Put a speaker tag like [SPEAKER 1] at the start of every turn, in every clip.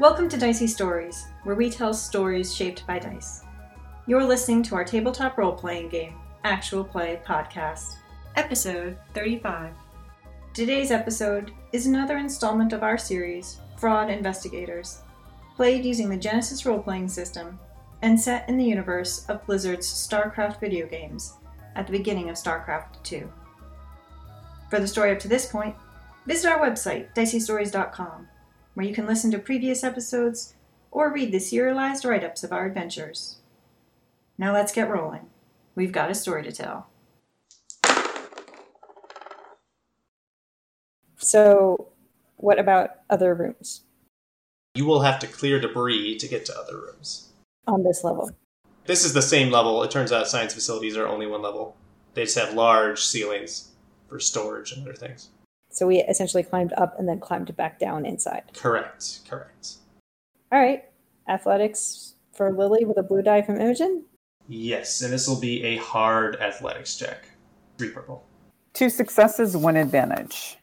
[SPEAKER 1] Welcome to Dicey Stories, where we tell stories shaped by dice. You're listening to our tabletop role playing game, Actual Play Podcast, episode 35. Today's episode is another installment of our series, Fraud Investigators, played using the Genesis role playing system and set in the universe of Blizzard's StarCraft video games at the beginning of StarCraft II. For the story up to this point, visit our website, diceystories.com where you can listen to previous episodes or read the serialized write ups of our adventures. Now let's get rolling. We've got a story to tell. So, what about other rooms
[SPEAKER 2] You will have to clear debris to get to other rooms.
[SPEAKER 1] on this level?
[SPEAKER 2] This is the same level. It turns out science facilities are only one level. They just have large ceilings for storage and other things.
[SPEAKER 3] So we essentially climbed up and then climbed back down inside.
[SPEAKER 2] Correct, correct.
[SPEAKER 3] All right. Athletics for Lily with a blue die from Imogen.
[SPEAKER 2] Yes, and this will be a hard athletics check. Three purple.
[SPEAKER 4] Two successes, one advantage.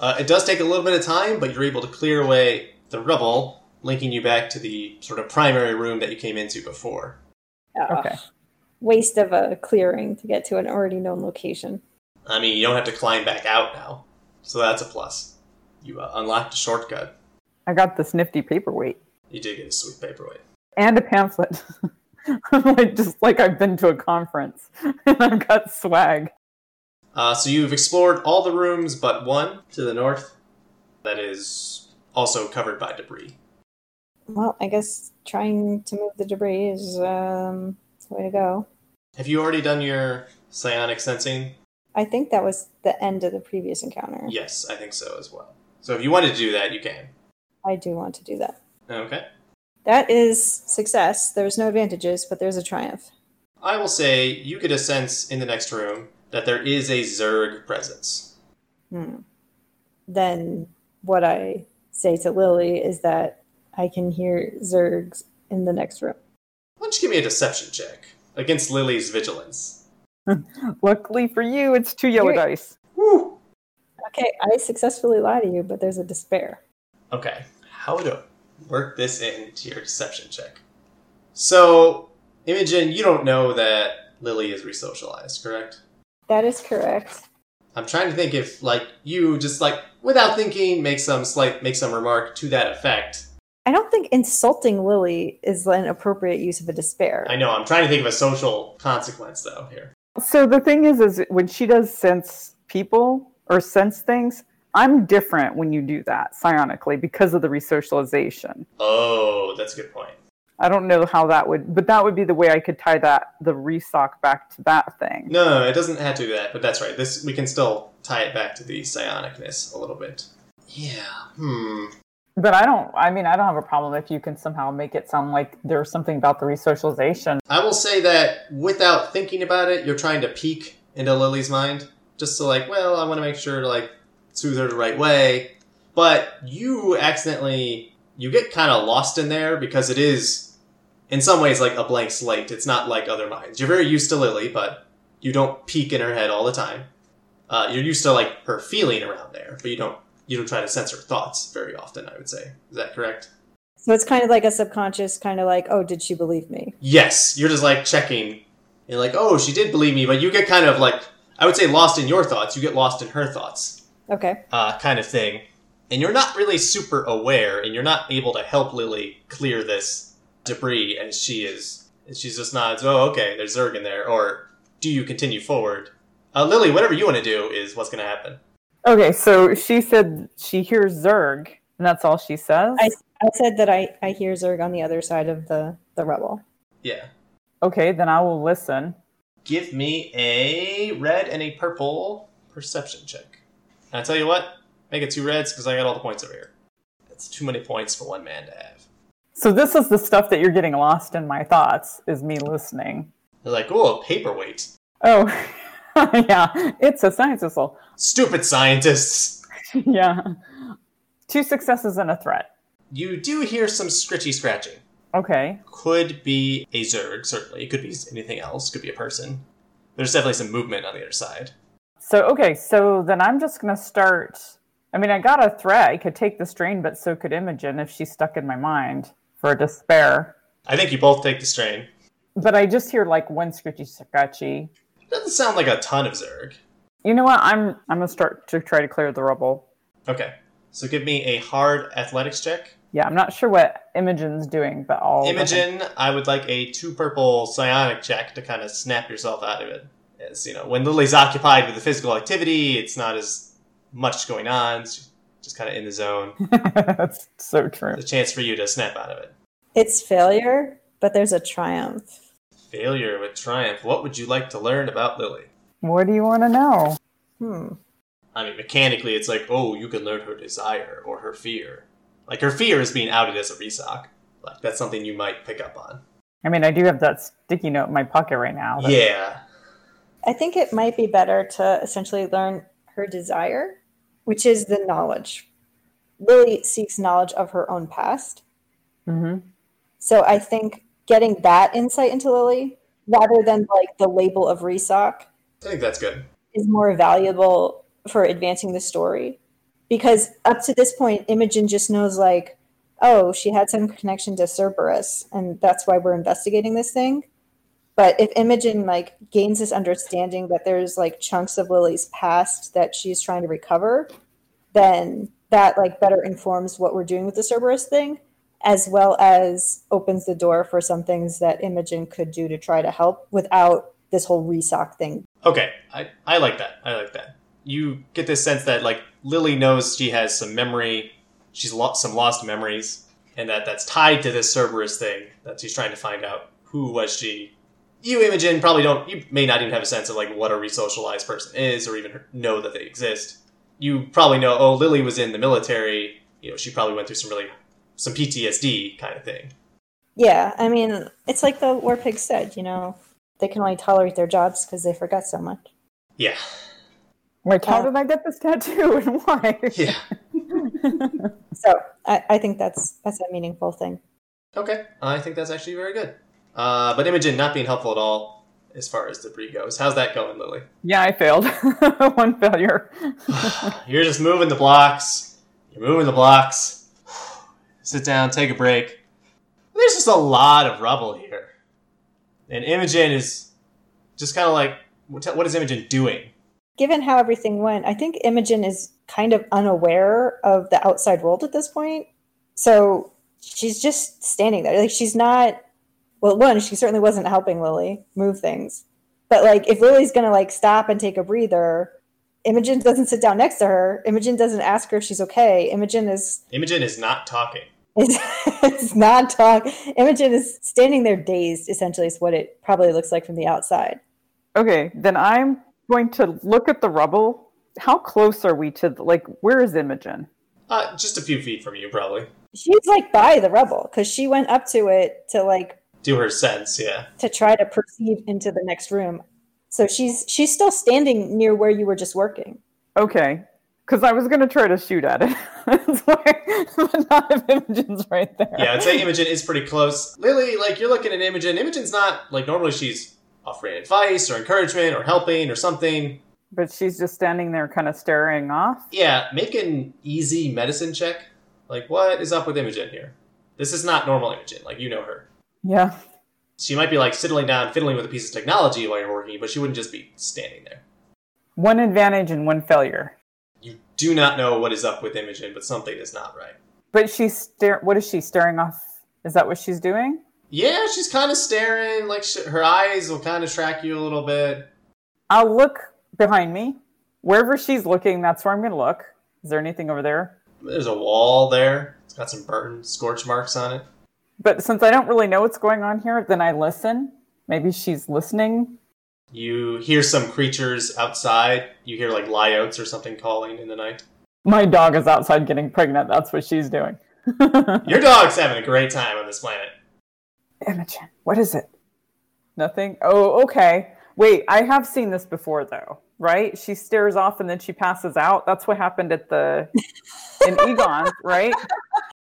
[SPEAKER 2] Uh, it does take a little bit of time, but you're able to clear away the rubble, linking you back to the sort of primary room that you came into before.
[SPEAKER 3] Ah,
[SPEAKER 4] Okay.
[SPEAKER 3] Waste of a clearing to get to an already known location.
[SPEAKER 2] I mean, you don't have to climb back out now, so that's a plus. You uh, unlocked a shortcut.
[SPEAKER 4] I got this nifty paperweight
[SPEAKER 2] You did get a sweet paperweight.
[SPEAKER 4] and a pamphlet. I'm like, just like I've been to a conference and I've got swag.
[SPEAKER 2] Uh, so you've explored all the rooms but one to the north that is also covered by debris.
[SPEAKER 3] Well, I guess trying to move the debris is um, the way to go.
[SPEAKER 2] Have you already done your psionic sensing?
[SPEAKER 3] I think that was the end of the previous encounter.
[SPEAKER 2] Yes, I think so as well. So if you wanted to do that, you can.
[SPEAKER 3] I do want to do that.
[SPEAKER 2] Okay.
[SPEAKER 3] That is success. There's no advantages, but there's a triumph.
[SPEAKER 2] I will say you get a sense in the next room that there is a Zerg presence.
[SPEAKER 3] Hmm. Then what I say to Lily is that I can hear Zergs in the next room.
[SPEAKER 2] Why don't you give me a deception check against Lily's vigilance?
[SPEAKER 4] Luckily for you, it's two yellow
[SPEAKER 3] You're-
[SPEAKER 4] dice.
[SPEAKER 2] Woo!
[SPEAKER 3] Okay, I successfully lie to you, but there's a despair.
[SPEAKER 2] Okay, how to work this into your deception check? So, Imogen, you don't know that Lily is resocialized, correct?
[SPEAKER 3] That is correct.
[SPEAKER 2] I'm trying to think if like you just like without thinking make some slight make some remark to that effect.
[SPEAKER 3] I don't think insulting Lily is an appropriate use of a despair.
[SPEAKER 2] I know I'm trying to think of a social consequence though here.
[SPEAKER 4] So the thing is, is when she does sense people or sense things, I'm different when you do that psionically because of the resocialization.
[SPEAKER 2] Oh, that's a good point.
[SPEAKER 4] I don't know how that would, but that would be the way I could tie that the resoc back to that thing.
[SPEAKER 2] No, no, no, it doesn't have to be that, but that's right. This we can still tie it back to the psionicness a little bit. Yeah. Hmm.
[SPEAKER 4] But I don't. I mean, I don't have a problem if you can somehow make it sound like there's something about the resocialization.
[SPEAKER 2] I will say that without thinking about it, you're trying to peek into Lily's mind, just to like, well, I want to make sure to like soothe her the right way. But you accidentally, you get kind of lost in there because it is, in some ways, like a blank slate. It's not like other minds. You're very used to Lily, but you don't peek in her head all the time. Uh, you're used to like her feeling around there, but you don't you don't try to sense her thoughts very often. I would say is that correct?
[SPEAKER 3] So it's kind of like a subconscious, kind of like, oh, did she believe me?
[SPEAKER 2] Yes, you're just like checking. You're like, oh, she did believe me, but you get kind of like, I would say, lost in your thoughts. You get lost in her thoughts,
[SPEAKER 3] Okay.
[SPEAKER 2] uh, kind of thing. And you're not really super aware, and you're not able to help Lily clear this debris as she is. And she's just nods, oh, okay, there's Zerg in there. Or do you continue forward? Uh, Lily, whatever you want to do is what's going to happen.
[SPEAKER 4] Okay, so she said she hears Zerg, and that's all she says.
[SPEAKER 3] I said that I, I hear Zerg on the other side of the, the rubble.
[SPEAKER 2] Yeah.
[SPEAKER 4] okay, then I will listen.
[SPEAKER 2] Give me a red and a purple perception check. And I tell you what, make it two reds because I got all the points over here. That's too many points for one man to have.
[SPEAKER 4] So this is the stuff that you're getting lost in my thoughts is me listening.
[SPEAKER 2] They're like, oh, a paperweight.
[SPEAKER 4] Oh, yeah, it's a science whistle.
[SPEAKER 2] Stupid scientists!
[SPEAKER 4] yeah, two successes and a threat.
[SPEAKER 2] You do hear some scritchy scratching.
[SPEAKER 4] Okay,
[SPEAKER 2] Could be a Zerg, certainly. It could be anything else. Could be a person. There's definitely some movement on the other side.
[SPEAKER 4] so okay, so then I'm just gonna start I mean, I got a threat. I could take the strain, but so could Imogen if she's stuck in my mind for despair.
[SPEAKER 2] I think you both take the strain.
[SPEAKER 4] But I just hear like one scratchy scratchy.
[SPEAKER 2] Doesn't sound like a ton of Zerg.
[SPEAKER 4] You know what? I'm I'm gonna start to try to clear the rubble.
[SPEAKER 2] Okay, so give me a hard athletics check.
[SPEAKER 4] Yeah, I'm not sure what Imogen's doing, but I'll
[SPEAKER 2] Imogen, I would like a two purple psionic check to kind of snap yourself out of it. As you know, when Lily's occupied with the physical activity, it's not as much going on. She's just kind of in the zone.
[SPEAKER 4] That's so true.
[SPEAKER 2] The chance for you to snap out of it.
[SPEAKER 3] It's failure, but there's a triumph.
[SPEAKER 2] Failure with triumph. What would you like to learn about Lily?
[SPEAKER 4] What do you want to know?
[SPEAKER 3] Hmm.
[SPEAKER 2] I mean, mechanically, it's like, oh, you can learn her desire or her fear. Like her fear is being outed as a resoc. Like that's something you might pick up on.
[SPEAKER 4] I mean, I do have that sticky note in my pocket right now. that-
[SPEAKER 2] Yeah,
[SPEAKER 3] I think it might be better to essentially learn her desire, which is the knowledge. Lily seeks knowledge of her own past.
[SPEAKER 4] Mhm.
[SPEAKER 3] So I think getting that insight into Lily rather than like the label of Resoc
[SPEAKER 2] I think that's good.
[SPEAKER 3] is more valuable for advancing the story because up to this point imogen just knows like oh she had some connection to cerberus and that's why we're investigating this thing but if imogen like gains this understanding that there's like chunks of lily's past that she's trying to recover then that like better informs what we're doing with the cerberus thing as well as opens the door for some things that imogen could do to try to help without this whole resoc thing
[SPEAKER 2] Okay, I, I like that. I like that. You get this sense that like Lily knows she has some memory, she's lost some lost memories, and that that's tied to this Cerberus thing that she's trying to find out who was she. You, Imogen, probably don't. You may not even have a sense of like what a resocialized person is, or even know that they exist. You probably know. Oh, Lily was in the military. You know, she probably went through some really some PTSD kind of thing.
[SPEAKER 3] Yeah, I mean, it's like the war pig said, you know, they can only tolerate their jobs because they forgot so much.
[SPEAKER 2] Yeah,
[SPEAKER 4] Like, how
[SPEAKER 3] Uh,
[SPEAKER 4] did I get this tattoo and why?
[SPEAKER 2] yeah.
[SPEAKER 3] So I, I think that's that's a meaningful thing.
[SPEAKER 2] Okay, I think that's actually very good. Uh, but Imogen not being helpful at all as far as debris goes. How's that going, Lily?
[SPEAKER 4] yeah, I failed. One failure.
[SPEAKER 2] You're just moving the blocks. You're moving the blocks. Sit down, take a break. There's just a lot of rubble here. And Imogen is just kind of like, what what is Imogen doing?
[SPEAKER 3] Given how everything went, I think Imogen is kind of unaware of the outside world at this point. So she's just standing there. Like she's not well, one, she certainly wasn't helping Lily move things. But like if Lily's gonna like stop and take a breather, Imogen doesn't sit down next to her. Imogen doesn't ask her if she's okay. Imogen is
[SPEAKER 2] Imogen is not talking.
[SPEAKER 3] It's, it's not talk. Imogen is standing there dazed, essentially, is what it probably looks like from the outside.
[SPEAKER 4] Okay, then I'm going to look at the rubble. How close are we to, the, like, where is Imogen?
[SPEAKER 2] Uh, just a few feet from you, probably.
[SPEAKER 3] She's like by the rubble because she went up to it to like
[SPEAKER 2] Do her sense, yeah.
[SPEAKER 3] to try to proceed into the next room. So she's she's still standing near where you were just working.
[SPEAKER 4] Okay, because I was going to try to shoot at it. That's why, but not if Imogen's right there.
[SPEAKER 2] yeah, I'd say Imogen is pretty close. Lily, like you're looking at Imogen. Imogen's not like normally she's offering advice or encouragement or helping or something.
[SPEAKER 4] But she's just standing there kind of staring off.
[SPEAKER 2] Yeah, make an easy medicine check. Like, what is up with Imogen here? This is not normal Imogen. Like you know her.
[SPEAKER 4] Yeah.
[SPEAKER 2] She might be like sitting down, fiddling with a piece of technology while you're working, but she wouldn't just be standing there.
[SPEAKER 4] One advantage and one failure.
[SPEAKER 2] You do not know what is up with Imogen, but something is not right.
[SPEAKER 4] But she's stare. What is she staring off? Is that what she's doing?
[SPEAKER 2] Yeah, she's kind of staring. Like sh- her eyes will kind of track you a little bit.
[SPEAKER 4] I'll look behind me. Wherever she's looking, that's where I'm going to look. Is there anything over there?
[SPEAKER 2] There's a wall there. It's got some burn scorch marks on it.
[SPEAKER 4] But since I don't really know what's going on here, then I listen. Maybe she's listening.
[SPEAKER 2] You hear some creatures outside. You hear like lyotes or something calling in the night.
[SPEAKER 4] My dog is outside getting pregnant. That's what she's doing.
[SPEAKER 2] Your dog's having a great time on this planet.
[SPEAKER 4] Imogen, what is it? Nothing. Oh, okay. Wait, I have seen this before though, right? She stares off and then she passes out. That's what happened at the in Egon, right?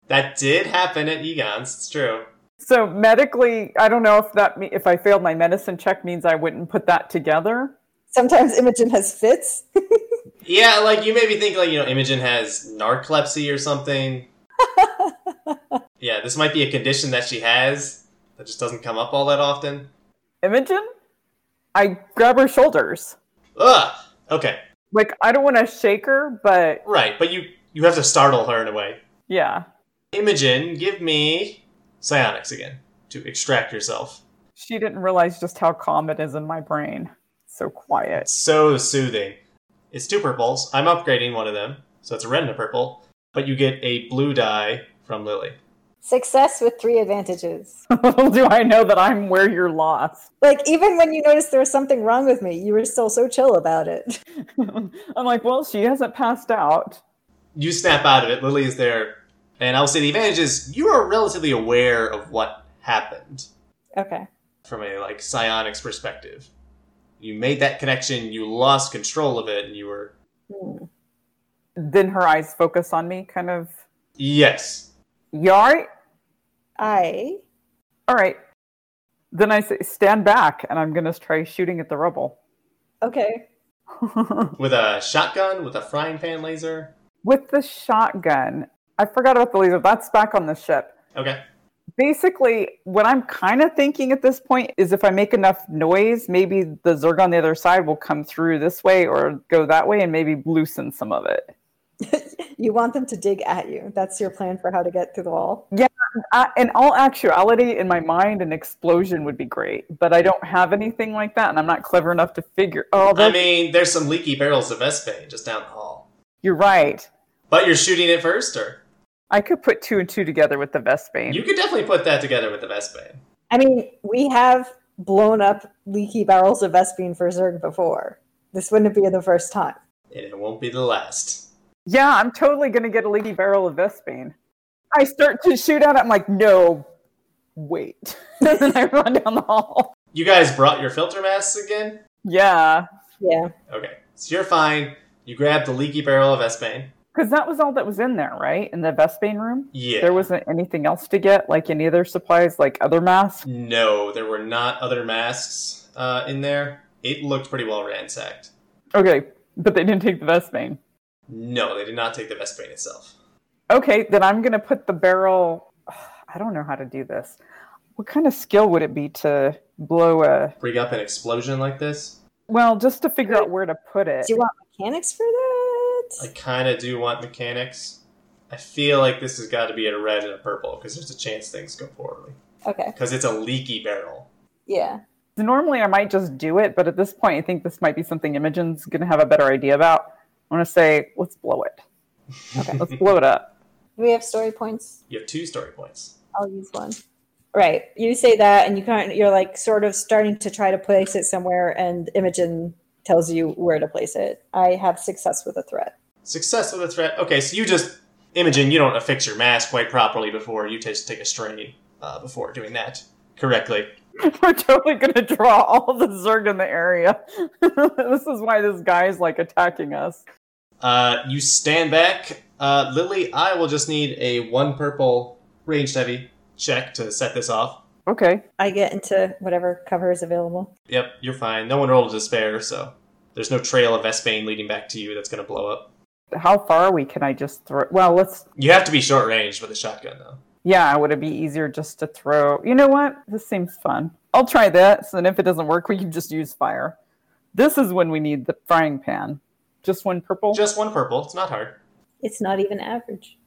[SPEAKER 2] That did happen at Egon's. It's true.
[SPEAKER 4] So medically, I don't know if that me- if I failed my medicine check means I wouldn't put that together.
[SPEAKER 3] Sometimes Imogen has fits.
[SPEAKER 2] Yeah, like you maybe think like you know Imogen has narcolepsy or something. yeah, this might be a condition that she has that just doesn't come up all that often.
[SPEAKER 4] Imogen, I grab her shoulders.
[SPEAKER 2] Ugh. Okay.
[SPEAKER 4] Like I don't want to shake her, but
[SPEAKER 2] Right, but you you have to startle her in a way.
[SPEAKER 4] yeah,
[SPEAKER 2] Imogen, give me psionics again to extract yourself.
[SPEAKER 4] she didn't realize just how calm it is in my brain. So quiet.
[SPEAKER 2] It's so soothing. It's two purples. I'm upgrading one of them, so it's a red and a purple. But you get a blue die from Lily.
[SPEAKER 3] Success with three advantages.
[SPEAKER 4] Little do I know that I'm where you're lost.
[SPEAKER 3] Like even when you noticed there was something wrong with me, you were still so chill about it.
[SPEAKER 4] I'm like, well, she hasn't passed out.
[SPEAKER 2] you snap out of it. Lily is there, and I will say the advantage is you are relatively aware of what happened
[SPEAKER 3] Okay.
[SPEAKER 2] from a like psionics perspective. You made that connection. You lost control of it, and you were
[SPEAKER 3] Hmm.
[SPEAKER 4] Then her eyes focus on me, kind of.
[SPEAKER 2] yes.
[SPEAKER 4] You all right?
[SPEAKER 3] I
[SPEAKER 4] All right. Then I say, stand back, and I'm gonna try shooting at the rubble
[SPEAKER 3] okay.
[SPEAKER 2] With a shotgun, with a frying pan laser.
[SPEAKER 4] with the shotgun. I forgot about the laser. That's back on the ship.
[SPEAKER 2] Okay.
[SPEAKER 4] basically what i'm kind of thinking at this point is if i make enough noise maybe the zerg on the other side will come through this way or go that way and maybe loosen some of it
[SPEAKER 3] You want them to dig at you. That's your plan for how to get through the wall.
[SPEAKER 4] uh, in all actuality in my mind an explosion would be great but i don't have anything like that and i'm not clever enough to figure oh
[SPEAKER 2] I
[SPEAKER 4] that,
[SPEAKER 2] mean, there's some leaky barrels of Vespain just down the hall.
[SPEAKER 4] you're right
[SPEAKER 2] But you're shooting it first, or
[SPEAKER 4] i could put two and two together with the vespane
[SPEAKER 2] you could definitely put that together with the Vespain.
[SPEAKER 3] I mean, we have blown up leaky barrels of Vespine for Zerg before. This wouldn't be the first time.
[SPEAKER 2] and it won't be the last.
[SPEAKER 4] yeah i'm totally going to get a leaky barrel of vespane i start to shoot at it i'm like no wait and then i run down the hall
[SPEAKER 2] You guys brought your filter masks again.
[SPEAKER 4] yeah
[SPEAKER 3] Yeah.
[SPEAKER 2] Okay, so you're fine. You grab the leaky barrel of Vespain.
[SPEAKER 4] Because that was all that was in there, right? In the Vespane room?
[SPEAKER 2] Yeah.
[SPEAKER 4] There wasn't anything else to get, like any other supplies, like other masks.
[SPEAKER 2] No, there were not other masks uh, in there. It looked pretty well ransacked.
[SPEAKER 4] Okay, but they didn't take the Vespane.
[SPEAKER 2] No, they did not take the Vespane itself.
[SPEAKER 4] Okay, then I'm going to put the barrel. I don't know how to do this. What kind of skill would it be to blow a.
[SPEAKER 2] Bring up an explosion like this.
[SPEAKER 4] Well, just to figure out where to put it.
[SPEAKER 3] Do you want mechanics for that?
[SPEAKER 2] I kind of do want mechanics. I feel like this has got to be a red and a purple because there's a chance things go poorly.
[SPEAKER 3] Okay.
[SPEAKER 2] Because it's a leaky barrel.
[SPEAKER 3] Yeah.
[SPEAKER 4] Normally, I might just do it, but at this point, I think this might be something Imogen's going to have a better idea about. I'm going to say, let's blow it.
[SPEAKER 3] Okay.
[SPEAKER 4] Let's blow it up.
[SPEAKER 3] Do we have story points?
[SPEAKER 2] You have two story points.
[SPEAKER 3] I'll use one. Right. You say that, and you kind of, you're like sort of starting to try to place it somewhere, and Imogen tells you where to place it. I have success with a threat.
[SPEAKER 2] Success with a threat. Okay, so you just. Imogen, you don't affix your mask quite properly before you just take a strain uh, before doing that correctly.
[SPEAKER 4] We're totally gonna draw all the Zerg in the area. this is why this guy's like attacking us.
[SPEAKER 2] Uh, you stand back. Uh, Lily, I will just need a one purple ranged heavy check to set this off.
[SPEAKER 4] Okay.
[SPEAKER 3] I get into whatever cover is available.
[SPEAKER 2] Yep, you're fine. No one rolled a despair, so there's no trail of Vespane leading back to you that's going to blow up.
[SPEAKER 4] How far are we? Can I just throw? Well, let's.
[SPEAKER 2] You have to be short range with a shotgun, though.
[SPEAKER 4] Yeah, would it be easier just to throw? You know what? This seems fun. I'll try this, and if it doesn't work, we can just use fire. This is when we need the frying pan. Just one purple.
[SPEAKER 2] Just one purple. It's not hard.
[SPEAKER 3] It's not even average.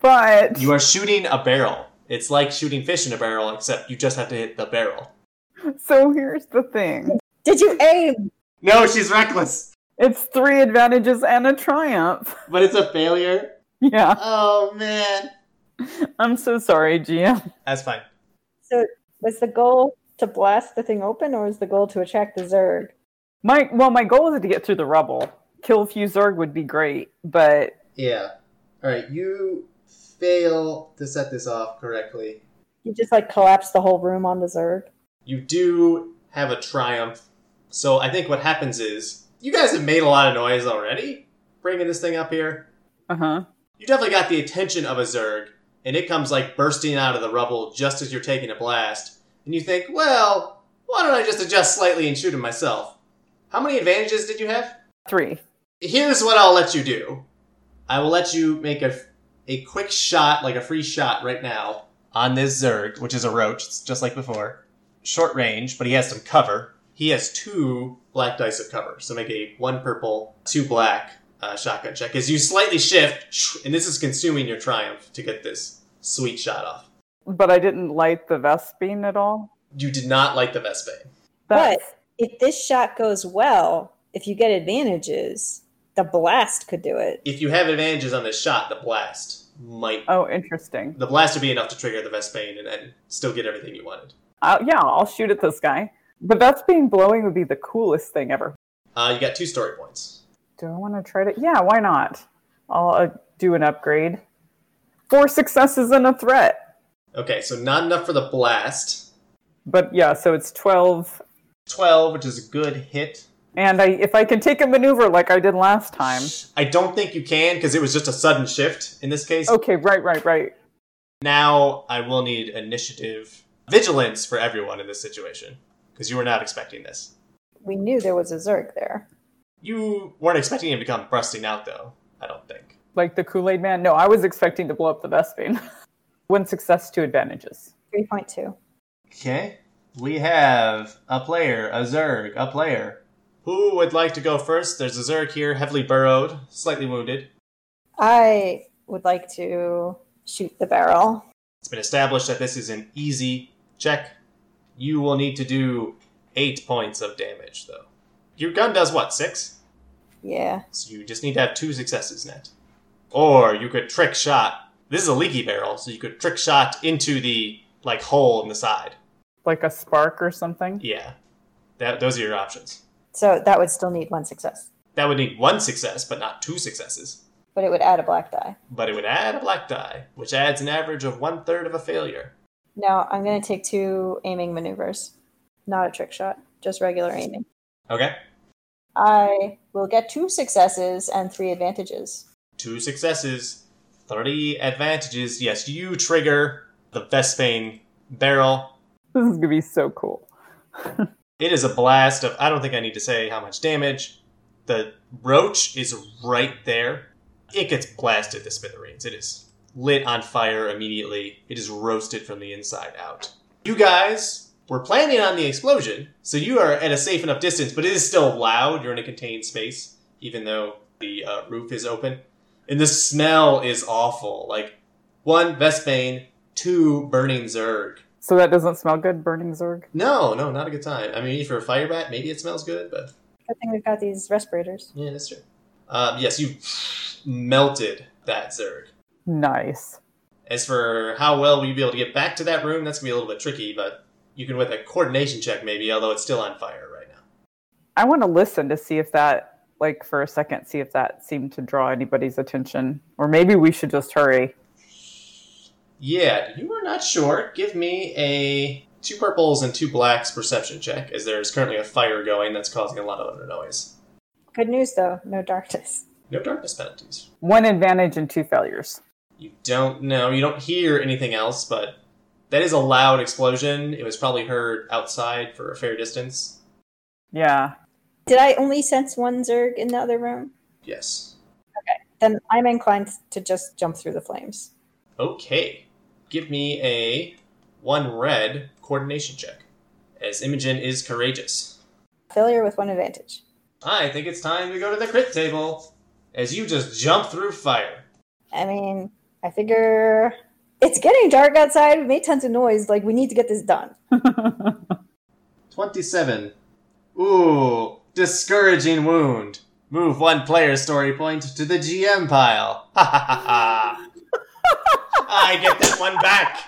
[SPEAKER 4] but
[SPEAKER 2] You are shooting a barrel. It's like shooting fish in a barrel, except you just have to hit the barrel.
[SPEAKER 4] so here's the thing.
[SPEAKER 3] Did you aim?
[SPEAKER 2] No, she's reckless,
[SPEAKER 4] It's three advantages and a triumph.
[SPEAKER 2] but it's a failure.
[SPEAKER 4] Yeah,
[SPEAKER 2] Oh, man.
[SPEAKER 4] I'm so sorry, GM.
[SPEAKER 2] That's fine.
[SPEAKER 3] So was the goal to blast the thing open, or was the goal to attract the Zerg?
[SPEAKER 4] My well, my goal is to get through the rubble. Kill a few Zerg would be great, but
[SPEAKER 2] Yeah. All right, you fail to set this off correctly.
[SPEAKER 3] You just like collapse the whole room on the Zerg.
[SPEAKER 2] You do have a triumph. So I think what happens is you guys have made a lot of noise already bringing this thing up here.
[SPEAKER 4] uh huh.
[SPEAKER 2] You definitely got the attention of a Zerg, and it comes like bursting out of the rubble just as you're taking a blast. And you think, well, why don't I just adjust slightly and shoot him myself? How many advantages did you have?
[SPEAKER 4] Three.
[SPEAKER 2] here's what I'll let you do. I will let you make a a quick shot, like a free shot, right now on this Zerg, which is a roach, it's just like before. Short range, but he has some cover. He has two black dice of cover, so make a one purple, two black uh, shotgun check. As you slightly shift, and this is consuming your triumph to get this sweet shot off.
[SPEAKER 4] But I didn't light the Vespine at all.
[SPEAKER 2] You did not like the Vespane.
[SPEAKER 3] But if this shot goes well, if you get advantages, the blast could do it.
[SPEAKER 2] If you have advantages on this shot, the blast might.
[SPEAKER 4] oh, interesting.
[SPEAKER 2] The blast would be enough to trigger the Vespane and then still get everything you wanted.
[SPEAKER 4] i Uh, yeah, I'll shoot at this guy. The Vespine blowing would be the coolest thing ever.
[SPEAKER 2] Uh, you got two story points.
[SPEAKER 4] Do I want to try to? Yeah, why not? I'll uh, do an upgrade. Four successes and a threat.
[SPEAKER 2] Okay, so not enough for the blast.
[SPEAKER 4] But yeah, so it's twelve.
[SPEAKER 2] 12, which is a good hit.
[SPEAKER 4] And I, if I can take a maneuver like I did last time.
[SPEAKER 2] I don't think you can because it was just a sudden shift in this case.
[SPEAKER 4] Okay, right, right, right.
[SPEAKER 2] Now I will need initiative vigilance for everyone in this situation because you were not expecting this.
[SPEAKER 3] We knew there was a Zerg there.
[SPEAKER 2] You weren't expecting him to come busting out though, I don't think.
[SPEAKER 4] Like the Kool Aid Man. No, I was expecting to blow up the Vespine. One success, two advantages.
[SPEAKER 3] 3.2.
[SPEAKER 2] Okay. We have a player, a Zerg, a player. Who would like to go first? There's a Zerg here, heavily burrowed, slightly wounded.
[SPEAKER 3] I would like to shoot the barrel.
[SPEAKER 2] It's been established that this is an easy check. You will need to do eight points of damage, though. Your gun does what, six?
[SPEAKER 3] Yeah.
[SPEAKER 2] So you just need to have two successes net. Or you could trick shot. This is a leaky barrel, so you could trick shot into the like hole in the side.
[SPEAKER 4] Like a spark or something.
[SPEAKER 2] Yeah. That, those are your options.
[SPEAKER 3] So that would still need one success,
[SPEAKER 2] That would need one success, but not two successes.
[SPEAKER 3] but it would add a black die.
[SPEAKER 2] But it would add a black die, which adds an average of one third of a failure.
[SPEAKER 3] Now I'm going to take two aiming maneuvers. Not a trick shot, just regular aiming.
[SPEAKER 2] Okay.
[SPEAKER 3] I will get two successes and three advantages.
[SPEAKER 2] Two successes, 30 advantages. Yes, you trigger the Vespane barrel.
[SPEAKER 4] This is gonna be so cool.
[SPEAKER 2] It is a blast of, I don't think I need to say how much damage. The roach is right there. It gets blasted to smithereens. It is lit on fire immediately. It is roasted from the inside out. You guys were planning on the explosion, so you are at a safe enough distance, but it is still loud. You're in a contained space, even though the uh, roof is open. And the smell is awful. Like, one, Vespane, two, Burning Zerg.
[SPEAKER 4] So that doesn't smell good, burning Zerg.
[SPEAKER 2] No, no, not a good time. I mean, for a fire bat, maybe it smells good, but
[SPEAKER 3] Good thing we've got these respirators.
[SPEAKER 2] yeah, that's true. Um, yes, you melted that Zerg.
[SPEAKER 4] Nice.
[SPEAKER 2] As for how well will you be able to get back to that room, that's gonna be a little bit tricky, but you can with a coordination check maybe, although it's still on fire right now.
[SPEAKER 4] I want to listen to see if that, like, for a second, see if that seemed to draw anybody's attention. Or maybe we should just hurry.
[SPEAKER 2] Yeah, you are not sure. Give me a two purples and two blacks perception check, as there is currently a fire going that's causing a lot of other noise.
[SPEAKER 3] Good news though, no darkness.
[SPEAKER 2] No darkness penalties.
[SPEAKER 4] One advantage and two failures.
[SPEAKER 2] You don't know. You don't hear anything else, but that is a loud explosion. It was probably heard outside for a fair distance.
[SPEAKER 4] Yeah.
[SPEAKER 3] Did I only sense one Zerg in the other room?
[SPEAKER 2] Yes.
[SPEAKER 3] Then I'm inclined to just jump through the flames.
[SPEAKER 2] Okay. Give me a one red coordination check, as Imogen is courageous.
[SPEAKER 3] Failure with one advantage.
[SPEAKER 2] I think it's time to go to the crit table, as you just jump through fire.
[SPEAKER 3] I mean, I figure it's getting dark outside. We made tons of noise. Like, we need to get this done.
[SPEAKER 2] 27. Ooh, discouraging wound. Move one player story point to the GM pile. Ha ha ha ha. I get that one back.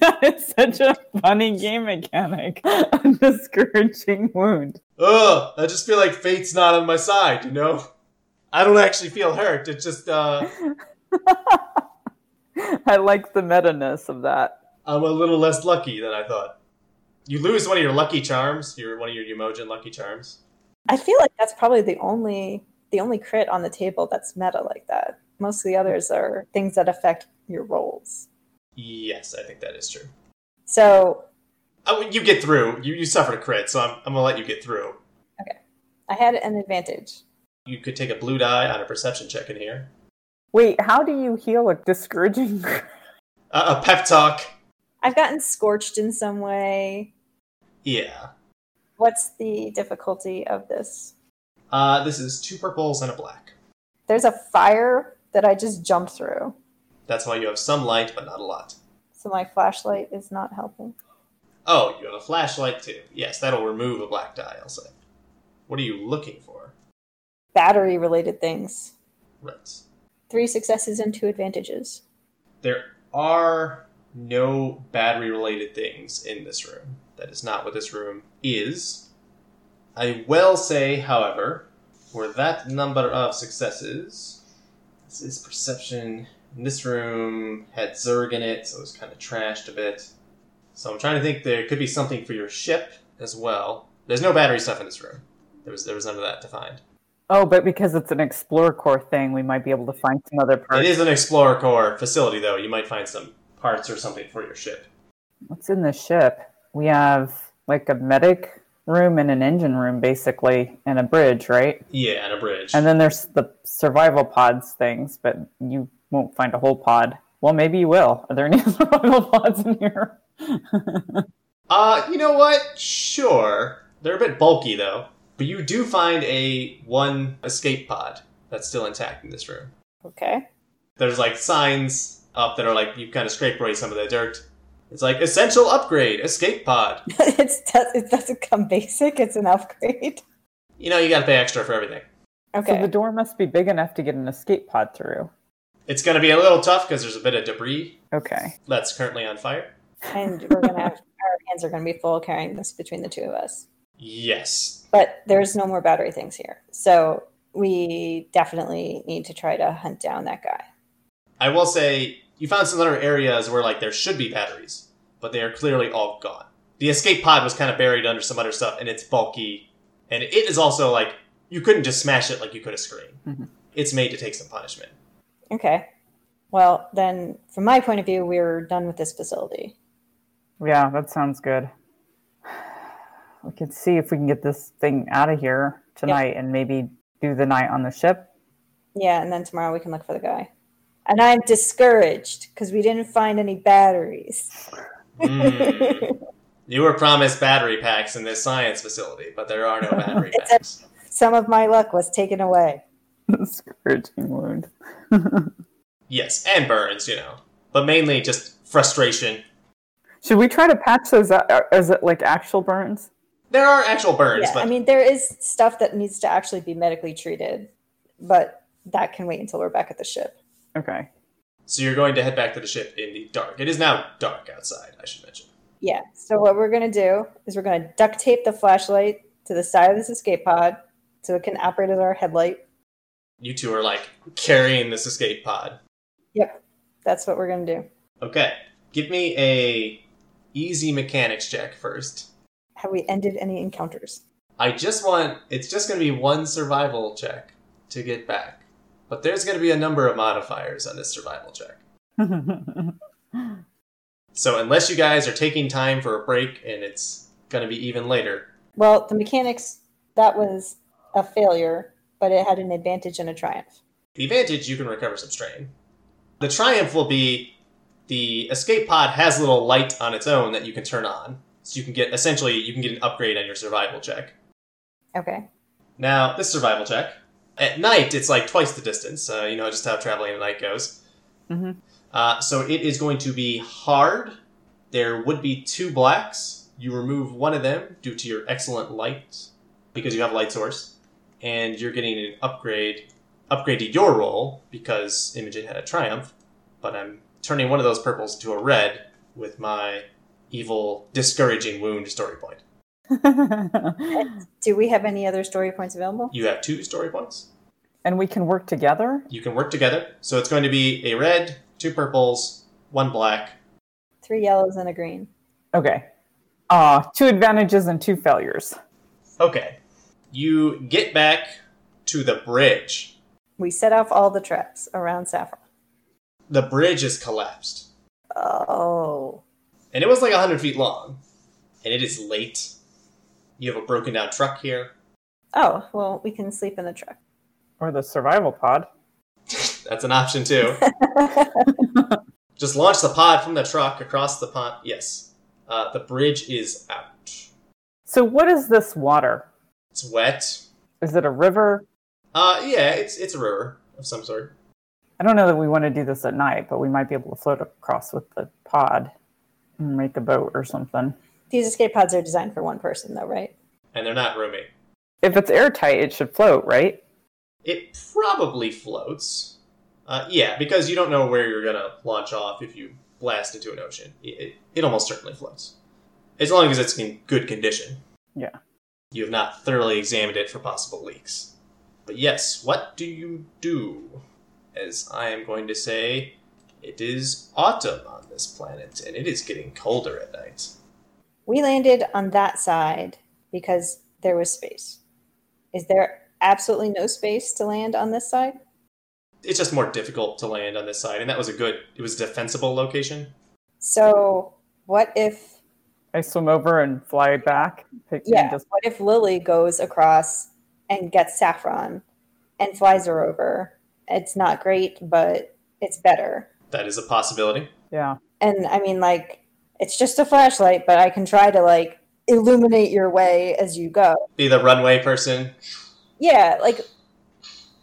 [SPEAKER 4] that is such a funny game mechanic. a discouraging wound.
[SPEAKER 2] Ugh, I just feel like fate's not on my side, you know? I don't actually feel hurt. It's just, uh,
[SPEAKER 4] I like the meta ness of that.
[SPEAKER 2] I'm a little less lucky than I thought. You lose one of your lucky charms, your one of your Emojin lucky charms.
[SPEAKER 3] I feel like that's probably the only the only crit on the table that's meta like that. Most of the others are things that affect your rolls.
[SPEAKER 2] Yes, I think that is true.
[SPEAKER 3] So
[SPEAKER 2] Oh, you get through. You, you suffered a crit, so I'm, I'm gonna let you get through.
[SPEAKER 3] I had an advantage.
[SPEAKER 2] You could take a blue die on a perception check in here.
[SPEAKER 4] Wait, how do you heal a discouraging?
[SPEAKER 2] Uh, a pep talk.
[SPEAKER 3] I've gotten scorched in some way.
[SPEAKER 2] Yeah.
[SPEAKER 3] What's the difficulty of this?
[SPEAKER 2] Uh, this is two purples and a black.
[SPEAKER 3] There's a fire that I just jumped through,
[SPEAKER 2] That's why you have some light, but not a lot.
[SPEAKER 3] so my flashlight is not helping.
[SPEAKER 2] Oh, you have a flashlight too. Yes, that'll remove a black die, I'll say. What are you looking for?
[SPEAKER 3] Battery related things.
[SPEAKER 2] Right.
[SPEAKER 3] Three successes and two advantages.
[SPEAKER 2] There are no battery related things in this room. That is not what this room is. I will say, however, for that number of successes, this is perception. And this room had Zerg in it, so it was kind of trashed a bit. So I'm trying to think there could be something for your ship as well. There's no battery stuff in this room. There was there was none of that to find.
[SPEAKER 4] Oh, but because it's an Explorer Corps thing, we might be able to find some other
[SPEAKER 2] It
[SPEAKER 4] parts.
[SPEAKER 2] is an Explorer Corps facility though. You might find some parts or something for your ship.
[SPEAKER 4] What's in the ship? We have like a medic room and an engine room, basically, and a bridge, right?
[SPEAKER 2] Yeah, and a bridge.
[SPEAKER 4] And then there's the survival pods things, but you won't find a whole pod. Well, maybe you will. Are there any survival pods in here?
[SPEAKER 2] Uh, you know what? Sure. They're a bit bulky though. But you do find a one escape pod that's still intact in this room.
[SPEAKER 3] Okay.
[SPEAKER 2] There's like signs up that are like you've kind of scraped away some of the dirt. It's like essential upgrade, escape pod.
[SPEAKER 3] it's, it doesn't come basic, it's an upgrade.
[SPEAKER 2] You know, you gotta pay extra for everything.
[SPEAKER 4] So the
[SPEAKER 3] Okay.
[SPEAKER 4] door must be big enough to get an escape pod through.
[SPEAKER 2] It's gonna be a little tough because there's a bit of debris
[SPEAKER 4] Okay.
[SPEAKER 2] that's currently on fire.
[SPEAKER 3] and we're going to have, our hands are going to be full carrying this between the two of us.
[SPEAKER 2] Yes.
[SPEAKER 3] but there's no more battery things here. So we definitely need to try to hunt down that guy.
[SPEAKER 2] I will say you found some other areas where like there should be batteries, but they are clearly all gone. The escape pod was kind of buried under some other stuff, and it's bulky, and it is also like you couldn't just smash it like you could a screen.
[SPEAKER 4] Mhm.
[SPEAKER 2] It's made to take some punishment.
[SPEAKER 3] Okay. Well, then from my point of view, we're done with this facility.
[SPEAKER 4] Yeah, that sounds good. We could see if we can get this thing out of here tonight and maybe do the night on the ship.
[SPEAKER 3] Yeah, and then tomorrow we can look for the guy. And I'm discouraged because we didn't find any batteries.
[SPEAKER 2] Mm. you were promised battery packs in this science facility, but there are no battery
[SPEAKER 3] It's a-
[SPEAKER 2] packs.
[SPEAKER 3] Some of my luck was taken away.
[SPEAKER 4] Scourging wound.
[SPEAKER 2] Yes, and burns, you know, but mainly just frustration.
[SPEAKER 4] Should we try to patch those up? Are- Is it like actual burns?
[SPEAKER 2] There are actual burns,
[SPEAKER 3] Yeah,
[SPEAKER 2] but
[SPEAKER 3] I mean, there is stuff that needs to actually be medically treated, but that can wait until we're back at the ship.
[SPEAKER 4] Okay.
[SPEAKER 2] so you're going to head back to the ship in the dark. It is now dark outside. I should mention.
[SPEAKER 3] Yeah. So what we're gonna do is we're gonna duct tape the flashlight to the side of this escape pod so it can operate as our headlight.
[SPEAKER 2] you two are like carrying this escape pod.
[SPEAKER 3] That's what we're gonna do.
[SPEAKER 2] Okay, give me a easy mechanics check first.
[SPEAKER 3] Have we ended any encounters?
[SPEAKER 2] I just want it's just going to be one survival check to get back, but there's going to be a number of modifiers on this survival check. So unless you guys are taking time for a break and it's going to be even later,
[SPEAKER 3] Well, the mechanics that was a failure, but it had an advantage and a triumph.
[SPEAKER 2] the advantage you can recover some strain. The triumph will be the escape pod has a little light on its own that you can turn on. So you can get essentially you can get an upgrade on your survival check.
[SPEAKER 3] Okay.
[SPEAKER 2] Now, this survival check. At night, it's like twice the distance. Uh, you know just how traveling at night goes.
[SPEAKER 4] Mhm.
[SPEAKER 2] Uh, so it is going to be hard. There would be two blacks. You remove one of them due to your excellent light, because you have a light source, and you're getting an upgrade. Upgrade to your roll because Imogen had a triumph, but I'm turning one of those purples into a red with my evil, discouraging wound story point.
[SPEAKER 3] Do we have any other story points available?
[SPEAKER 2] You have two story points.
[SPEAKER 4] and we can work together?
[SPEAKER 2] You can work together. So it's going to be a red, two purples, one black.
[SPEAKER 3] Three yellows and a green.
[SPEAKER 4] Okay. Uh, two advantages and two failures.
[SPEAKER 2] Okay. You get back to the bridge.
[SPEAKER 3] We set off all the traps around Saffron.
[SPEAKER 2] The bridge is collapsed.
[SPEAKER 3] Oh.
[SPEAKER 2] And it was like 100 feet long. And it is late. You have a broken down truck here.
[SPEAKER 3] Oh, well, we can sleep in the truck.
[SPEAKER 4] Or the survival pod.
[SPEAKER 2] That's an option too. Just launch the pod from the truck across the pond. Yes. Uh, the bridge is out.
[SPEAKER 4] So, what is this water?
[SPEAKER 2] It's wet.
[SPEAKER 4] Is it a river?
[SPEAKER 2] Uh, yeah, it's it's a river of some sort.
[SPEAKER 4] I don't know that we want to do this at night, but we might be able to float across with the pod and make a boat or something.
[SPEAKER 3] These escape pods are designed for one person, though, right?
[SPEAKER 2] And they're not roomy.
[SPEAKER 4] If it's airtight, it should float, right?
[SPEAKER 2] It probably floats. Uh, yeah, because you don't know where you're gonna launch off if you blast into an ocean. It, it, it almost certainly floats, as long as it's in good condition.
[SPEAKER 4] Yeah.
[SPEAKER 2] You have not thoroughly examined it for possible leaks. But yes, what do you do? As I am going to say, it is autumn on this planet, and it is getting colder at night.
[SPEAKER 3] We landed on that side because there was space. Is there absolutely no space to land on this side?
[SPEAKER 2] It's just more difficult to land on this side, and that was a good, it was a defensible location.
[SPEAKER 3] So, what if
[SPEAKER 4] I swim over and fly back. Pick,
[SPEAKER 3] Yeah.
[SPEAKER 4] and just,
[SPEAKER 3] what if Lily goes across and gets Saffron and flies her over? It's not great, but it's better.
[SPEAKER 2] That is a possibility.
[SPEAKER 4] yeah.
[SPEAKER 3] And I mean, like, it's just a flashlight, but I can try to, like, illuminate your way as you go.
[SPEAKER 2] Be the runway person.
[SPEAKER 3] Yeah. Like,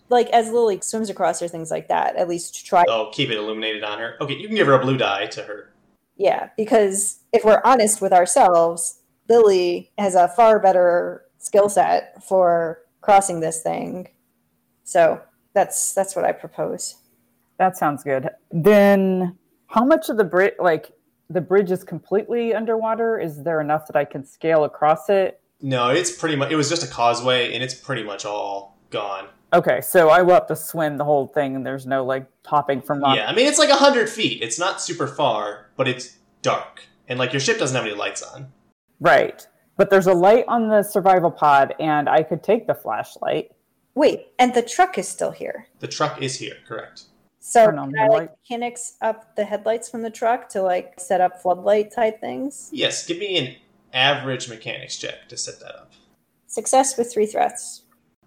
[SPEAKER 3] like as Lily swims across or things like that, at least try.
[SPEAKER 2] Oh, keep it illuminated on her. Okay, you can give her a blue dye to her.
[SPEAKER 3] Yeah. Because if we're honest with ourselves, Lily has a far better skill set for crossing this thing. So that's that's what I propose.
[SPEAKER 4] That sounds good. Then, how much of the bridge, like the bridge, is completely underwater? Is there enough that I can scale across it?
[SPEAKER 2] No, it's pretty much. It was just a causeway, and it's pretty much all gone.
[SPEAKER 4] Okay, so I will have to swim the whole thing, and there's no like hopping from rock.
[SPEAKER 2] Yeah, I mean it's like hundred feet. It's not super far, but it's dark, and like your ship doesn't have any lights on.
[SPEAKER 4] Right, but there's a light on the survival pod, and I could take the flashlight.
[SPEAKER 3] Wait, and the truck is still here.
[SPEAKER 2] The truck is here, correct?
[SPEAKER 3] So
[SPEAKER 4] Turn on
[SPEAKER 3] can
[SPEAKER 4] the
[SPEAKER 3] I like
[SPEAKER 4] light.
[SPEAKER 3] mechanics up the headlights from the truck to like set up floodlight type things?
[SPEAKER 2] Yes. Give me an average mechanics check to set that up.
[SPEAKER 3] Success with three threats.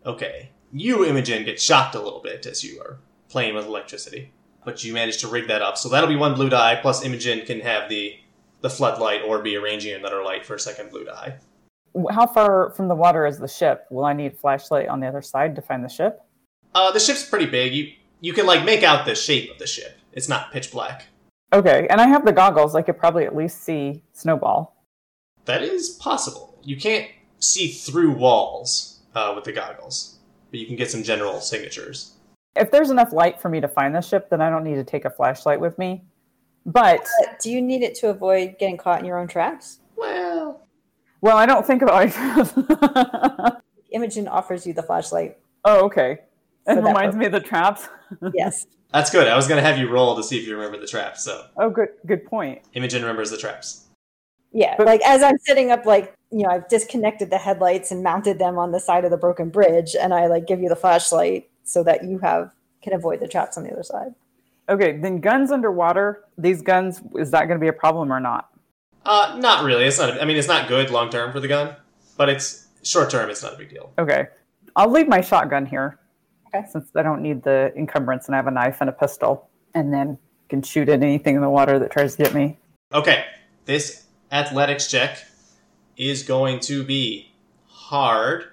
[SPEAKER 2] Okay. You, Imogen, get shocked a little bit as you are playing with electricity, but you manage to rig that up. So that'll be one blue die. Plus, Imogen can have the the floodlight or be arranging another light for a second blue die.
[SPEAKER 4] W- How far from the water is the ship? Will I need flashlight on the other side to find the ship?
[SPEAKER 2] Uh, the ship's pretty big. You you can like make out the shape of the ship. It's not pitch black.
[SPEAKER 4] Okay, and I have the goggles. I could probably at least see Snowball.
[SPEAKER 2] That is possible. You can't see through walls uh, with the goggles, but you can get some general signatures.
[SPEAKER 4] if there's enough light for me to find the ship, then I don't need to take a flashlight with me. But
[SPEAKER 3] But do you need it to avoid getting caught in your own traps?
[SPEAKER 2] Well,
[SPEAKER 4] well, I don't think about.
[SPEAKER 3] Imogen offers you the flashlight.
[SPEAKER 4] oh, okay.
[SPEAKER 3] So
[SPEAKER 4] It
[SPEAKER 3] that
[SPEAKER 4] reminds
[SPEAKER 3] was-
[SPEAKER 4] me of the traps.
[SPEAKER 3] Yes.
[SPEAKER 2] that's good. I was gonna have you roll to see if you remember the traps. So
[SPEAKER 4] Oh, good, good point.
[SPEAKER 2] Imogen remembers the traps.
[SPEAKER 3] Yeah.
[SPEAKER 4] But-
[SPEAKER 3] like as I'm setting up like you know, I've disconnected the headlights and mounted them on the side of the broken bridge and I like give you the flashlight so that you have can avoid the traps on the other side.
[SPEAKER 4] Okay, then guns underwater. These guns is that going to be a problem or not?
[SPEAKER 2] Uh, not really. It's not. I mean, it's not good long term for the gun, but it's short term. It's not a big deal.
[SPEAKER 4] Okay, I'll leave my shotgun here,
[SPEAKER 3] Okay.
[SPEAKER 4] since I don't need the encumbrance, and I have a knife and a pistol, and then can shoot at anything in the water that tries to get me.
[SPEAKER 2] Okay, this athletics check is going to be hard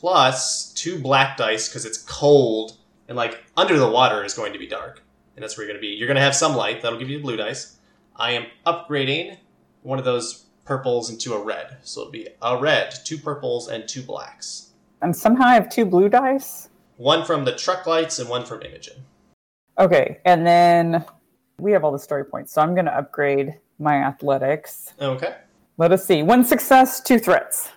[SPEAKER 2] plus two black dice because it's cold and like under the water is going to be dark, and that's where you're going to be. You're going to have some light that'll give you the blue dice. I am upgrading one of those purples into a red, so it'll be a red, two purples, and two blacks.
[SPEAKER 4] And somehow I have two blue dice.
[SPEAKER 2] One from the truck lights and one from Imogen.
[SPEAKER 4] Okay, and then we have all the story points, so I'm going to upgrade my athletics.
[SPEAKER 2] Okay.
[SPEAKER 4] Let us see. One success, two threats.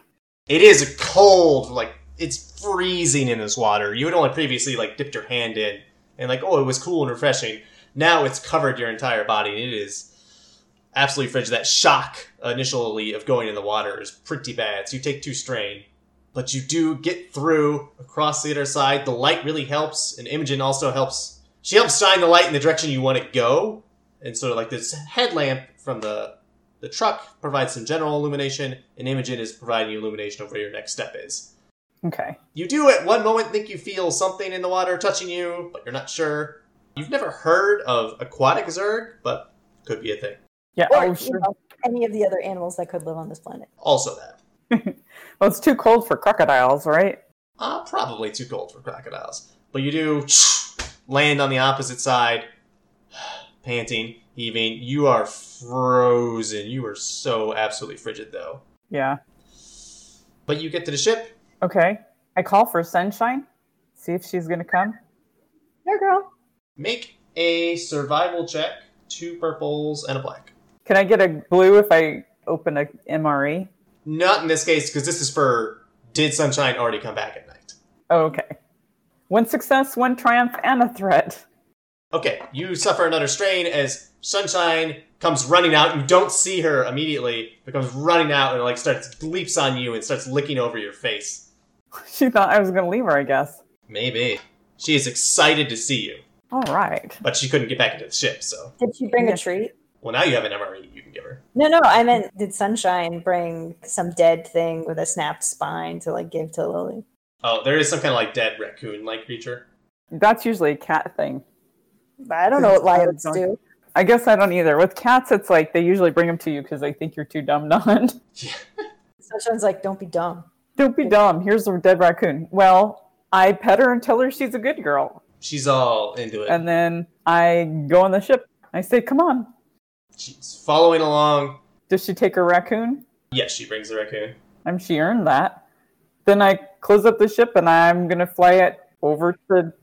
[SPEAKER 2] It is cold, like it's freezing in this water. You had only previously like dipped your hand in and like, oh, it was cool and refreshing. Now it's covered your entire body, and it is absolutely frigid. That shock initially of going in the water is pretty bad. So you take two strain, but you do get through across the other side. The light really helps, and Imogen also helps. She helps shine the light in the direction you want to go, and so like this headlamp from the the truck provides some general illumination, and Imogen is providing you illumination of where your next step is.
[SPEAKER 4] Okay.
[SPEAKER 2] You do at one moment think you feel something in the water touching you, but you're not sure. You've never heard of aquatic zerg, but could be a thing.
[SPEAKER 4] Yeah.
[SPEAKER 3] Or
[SPEAKER 4] oh,
[SPEAKER 3] you
[SPEAKER 4] sure.
[SPEAKER 3] know, any of the other animals that could live on this planet.
[SPEAKER 2] Also that.
[SPEAKER 4] Well, it's too cold for crocodiles, right?
[SPEAKER 2] Uh, probably too cold for crocodiles. But you do land on the opposite side, panting, heaving. You are frozen. You are so absolutely frigid, though.
[SPEAKER 4] Yeah.
[SPEAKER 2] But you get to the ship.
[SPEAKER 4] Okay. I call for sunshine. See if she's gonna come.
[SPEAKER 3] There, girl.
[SPEAKER 2] Make a survival check. Two purples and a black.
[SPEAKER 4] Can I get a blue if I open a E? MRE?
[SPEAKER 2] Not in this case, because this is for did sunshine already come back at night?
[SPEAKER 4] Oh, okay. One success, one triumph, and a threat.
[SPEAKER 2] Okay, you suffer another strain as Sunshine comes running out. You don't see her immediately, but comes running out and like starts leaps on you and starts licking over your face.
[SPEAKER 4] She thought I was gonna leave her, I guess.
[SPEAKER 2] Maybe. She is excited to see you,
[SPEAKER 4] All right.
[SPEAKER 2] but she couldn't get back into the ship, so.
[SPEAKER 3] Did she bring
[SPEAKER 4] Yeah.
[SPEAKER 3] a treat?
[SPEAKER 2] Well, now you have an MRE you can give her.
[SPEAKER 3] No, no. I meant, did Sunshine bring some dead thing with a snapped spine to like give to Lily?
[SPEAKER 2] Oh, there is some kind of like dead raccoon like creature.
[SPEAKER 4] That's usually a cat thing.
[SPEAKER 3] I don't know what lions do.
[SPEAKER 4] I guess I don't either. With cats, it's like they usually bring them to you because they think you're too dumb not.
[SPEAKER 3] Sunshine's like, don't be dumb.
[SPEAKER 4] Don't be dumb. Here's a dead raccoon. Well, I pet her and tell her she's a good girl.
[SPEAKER 2] She's all into it.
[SPEAKER 4] And then I go on the ship. I say, come on.
[SPEAKER 2] She's following along.
[SPEAKER 4] Does she take her raccoon?
[SPEAKER 2] Yes, she brings the raccoon.
[SPEAKER 4] I'm she earned that. Then I close up the ship and I'm gonna fly it over to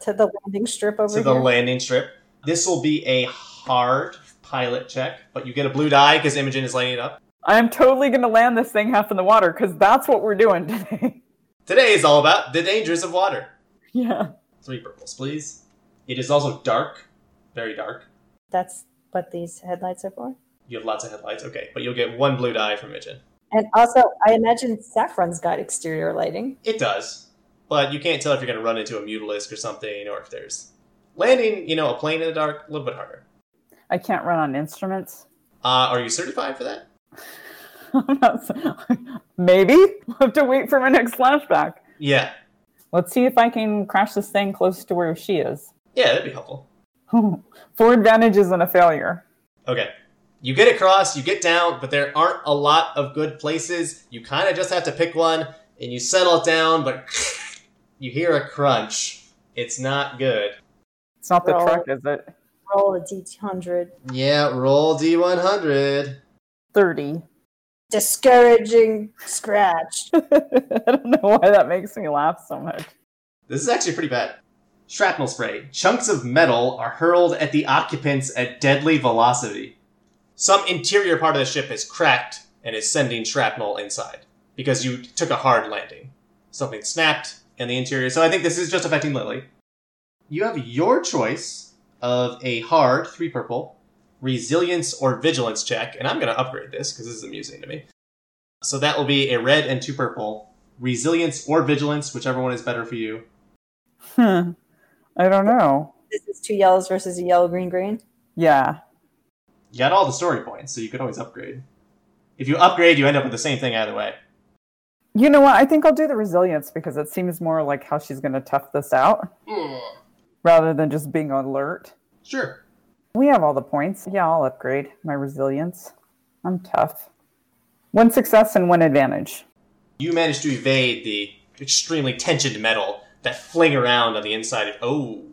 [SPEAKER 3] To the landing strip over
[SPEAKER 2] to the
[SPEAKER 3] here.
[SPEAKER 2] landing strip. This will be a hard pilot check, but you get a blue die because Imogen is lighting it up.
[SPEAKER 4] I'm totally gonna land this thing half in the water because that's what we're doing today.
[SPEAKER 2] Today is all about the dangers of water.
[SPEAKER 4] yeah.
[SPEAKER 2] Three purples, please. It is also dark, very dark.
[SPEAKER 3] That's what these headlights are for.
[SPEAKER 2] You have lots of headlights, okay, but you'll get one blue die from Imogen.
[SPEAKER 3] And also, I imagine Saffron's got exterior lighting.
[SPEAKER 2] It does, but you can't tell if you're going to run into a mutalisk or something, or if there's landing, you know, a plane in the dark, a little bit harder.
[SPEAKER 4] I can't run on instruments.
[SPEAKER 2] Uh, are you certified for that?
[SPEAKER 4] I'm not s- Maybe. I'll have to wait for my next flashback.
[SPEAKER 2] Yeah,
[SPEAKER 4] Let's see if I can crash this thing close to where she is.
[SPEAKER 2] yeah, that'd be helpful.
[SPEAKER 4] Four advantages and a failure.
[SPEAKER 2] Okay. You get across, you get down, but there aren't a lot of good places. You kind of just have to pick one, and you settle down, but you hear a crunch. It's not good.
[SPEAKER 4] It's not the
[SPEAKER 3] Roll.
[SPEAKER 4] truck, is it?
[SPEAKER 3] Roll a d100.
[SPEAKER 2] Yeah, roll D100.
[SPEAKER 4] 30.
[SPEAKER 3] Discouraging scratch.
[SPEAKER 4] I don't know why that makes me laugh so much.
[SPEAKER 2] This is actually pretty bad. Shrapnel spray. Chunks of metal are hurled at the occupants at deadly velocity. Some interior part of the ship is cracked and is sending shrapnel inside because you took a hard landing. Something snapped in the interior, so I think this is just affecting Lily. You have your choice of a hard, three purple, resilience or vigilance check, and I'm going to upgrade this because this is amusing to me. So that will be a red and two purple, resilience or vigilance, whichever one is better for you.
[SPEAKER 4] Hmm. I don't know.
[SPEAKER 3] this is two yellows versus a yellow, green, green.
[SPEAKER 4] Yeah.
[SPEAKER 2] You got all the story points, so you could always upgrade. If you upgrade, you end up with the same thing either way.
[SPEAKER 4] You know what? I think I'll do the resilience because it seems more like how she's going to tough this out rather than just being alert.
[SPEAKER 2] Sure.
[SPEAKER 4] We have all the points. Yeah, I'll upgrade my resilience. I'm tough. One success and one advantage.
[SPEAKER 2] You manage to evade the extremely tensioned metal that fling around on the inside of. Oh,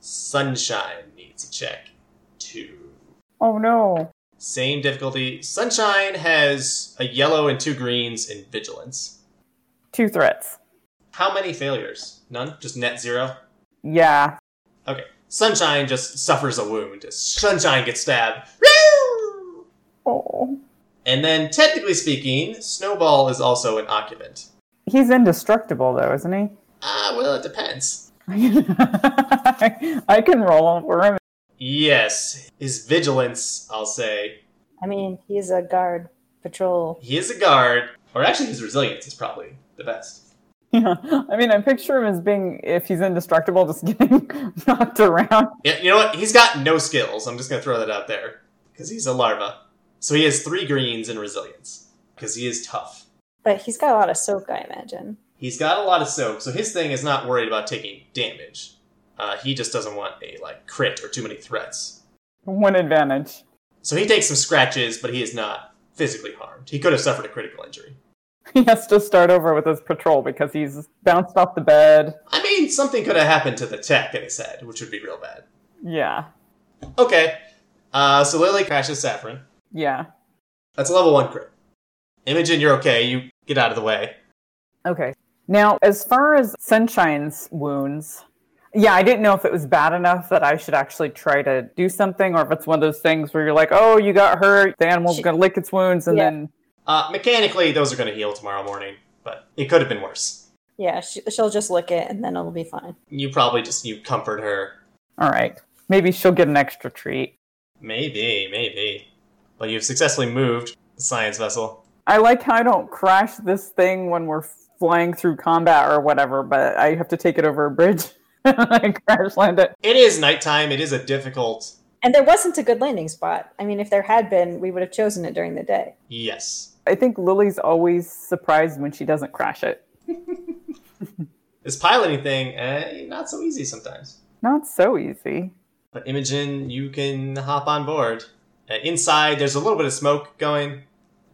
[SPEAKER 2] Sunshine needs a check. Two.
[SPEAKER 4] Oh no.
[SPEAKER 2] Same difficulty. Sunshine has a yellow and two greens in vigilance.
[SPEAKER 4] Two threats.
[SPEAKER 2] How many failures? None? Just net zero?
[SPEAKER 4] Yeah.
[SPEAKER 2] Okay. Sunshine just suffers a wound. Sunshine gets stabbed. Woo!
[SPEAKER 4] Oh.
[SPEAKER 2] And then, technically speaking, Snowball is also an occupant.
[SPEAKER 4] He's indestructible though, isn't he?
[SPEAKER 2] Ah, well, it depends.
[SPEAKER 4] I can roll over him.
[SPEAKER 2] Yes, his vigilance, I'll say.
[SPEAKER 3] I mean, he's a guard patrol.
[SPEAKER 2] He is a guard, or actually, his resilience is probably the best.
[SPEAKER 4] Yeah. I mean, I picture him as being, if he's indestructible, just getting knocked around.
[SPEAKER 2] Yeah, you know what? He's got no skills. I'm just going to throw that out there because he's a larva. So he has three greens in resilience because he is tough.
[SPEAKER 3] But he's got a lot of soak, I imagine.
[SPEAKER 2] He's got a lot of soak, so his thing is not worried about taking damage. Uh, he just doesn't want a like crit or too many threats.
[SPEAKER 4] One advantage.
[SPEAKER 2] So he takes some scratches, but he is not physically harmed. He could have suffered a critical injury.
[SPEAKER 4] He has to start over with his patrol because he's bounced off the bed.
[SPEAKER 2] I mean, something could have happened to the tech in his head, which would be real bad.
[SPEAKER 4] Yeah.
[SPEAKER 2] Okay, uh, so Lily crashes Saffron.
[SPEAKER 4] Yeah.
[SPEAKER 2] That's a level one crit. Imogen, you're okay. You get out of the way.
[SPEAKER 4] Okay. Now, as far as Sunshine's wounds, yeah, I didn't know if it was bad enough that I should actually try to do something or if it's one of those things where you're like, oh, you got hurt, the animal's
[SPEAKER 3] She-
[SPEAKER 4] going to lick its wounds, and
[SPEAKER 3] Yeah.
[SPEAKER 4] then.
[SPEAKER 2] Uh, mechanically, those are going to heal tomorrow morning, but it could have been worse.
[SPEAKER 3] Yeah, she, she'll just lick it and then it'll be fine.
[SPEAKER 2] You probably just you comfort her.
[SPEAKER 4] All right. Maybe she'll get an extra treat.
[SPEAKER 2] Maybe, maybe. But you've successfully moved the science vessel.
[SPEAKER 4] I like how I don't crash this thing when we're flying through combat or whatever, but I have to take it over a bridge. I crash land it.
[SPEAKER 2] It is nighttime. It is a difficult.
[SPEAKER 3] And there wasn't a good landing spot. I mean, if there had been, we would have chosen it during the day.
[SPEAKER 2] Yes,
[SPEAKER 4] I think Lily's always surprised when she doesn't crash it.
[SPEAKER 2] this piloting thing eh, not so easy sometimes.
[SPEAKER 4] Not so easy.
[SPEAKER 2] But Imogen, you can hop on board. Uh, inside, there's a little bit of smoke going.